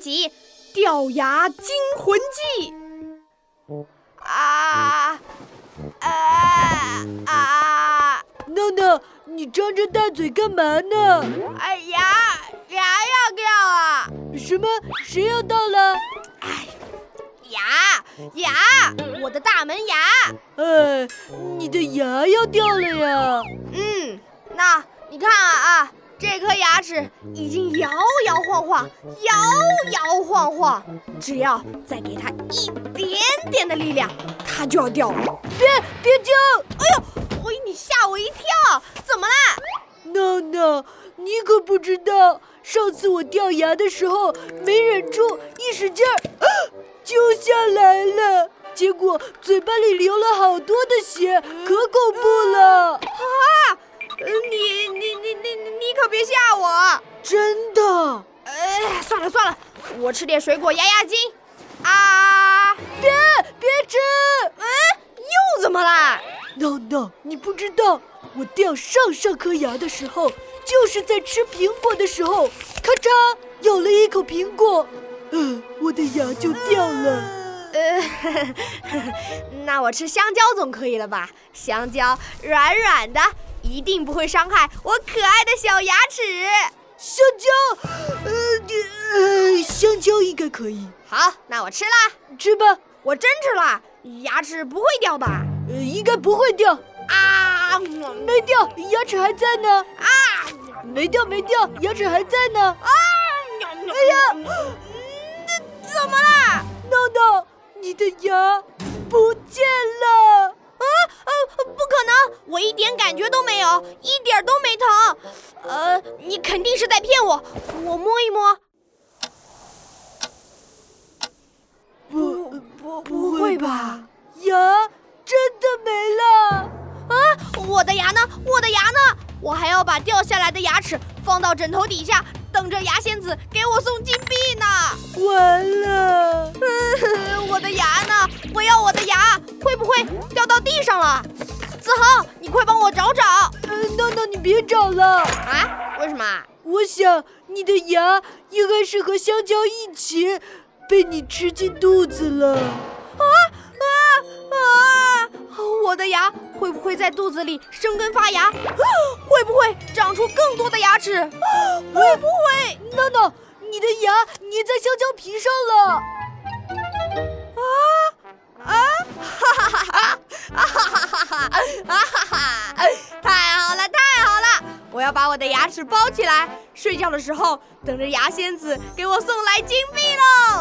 集《掉牙惊魂记》啊啊啊！闹闹，你张着大嘴干嘛呢？哎牙牙要掉啊！什么？谁要到了？哎，牙牙，我的大门牙。哎，你的牙要掉了呀！嗯，那你看啊啊，这颗牙齿已经摇摇晃晃，摇摇晃晃，只要再给它一点点的力量，它就要掉了。别别叫！哎呦，喂，你吓我一跳，怎么啦？闹闹，你可不知道，上次我掉牙的时候没忍住，一使劲儿，啊，揪下来了，结果嘴巴里流了好多的血，可恐怖了！啊，你你你你你可别吓我！真的，呃，算了算了，我吃点水果压压惊。啊，别别吃！嗯，又怎么啦？闹闹，你不知道，我掉上上颗牙的时候，就是在吃苹果的时候，咔嚓咬了一口苹果，呃，我的牙就掉了。呃，呵呵 那我吃香蕉总可以了吧？香蕉软软的，一定不会伤害我可爱的小牙齿。香蕉，呃，呃香蕉应该可以，好，那我吃啦，吃吧，我真吃啦，牙齿不会掉吧？呃，应该不会掉，啊，嗯没掉，牙齿还在呢，啊，没掉没掉，牙齿还在呢。哎呀，那怎么啦？闹闹，你的牙不见了，啊啊，不可能，我一点感觉都没有，一点儿都没疼。呃，你肯定是在骗我，我摸一摸。不呃不不会吧？牙真的没了。我的牙呢？我的牙呢？我还要把掉下来的牙齿放到枕头底下，等着牙仙子给我送金币呢。 完了，嗯，我的牙呢？我要我的牙，会不会掉到地上了？子恒，你快帮我找找呃，闹闹你别找了，啊！为什么啊？我想你的牙应该是和香蕉一起被你吃进肚子了。啊！我的牙会不会在肚子里生根发芽？啊 会不会长出更多的牙齿？ 啊会不会？闹闹，你的牙粘在香蕉皮上了。啊哈哈哈哈！啊哈哈！ 太好了，太好了！我要把我的牙齿包起来，睡觉的时候等着牙仙子给我送来金币喽。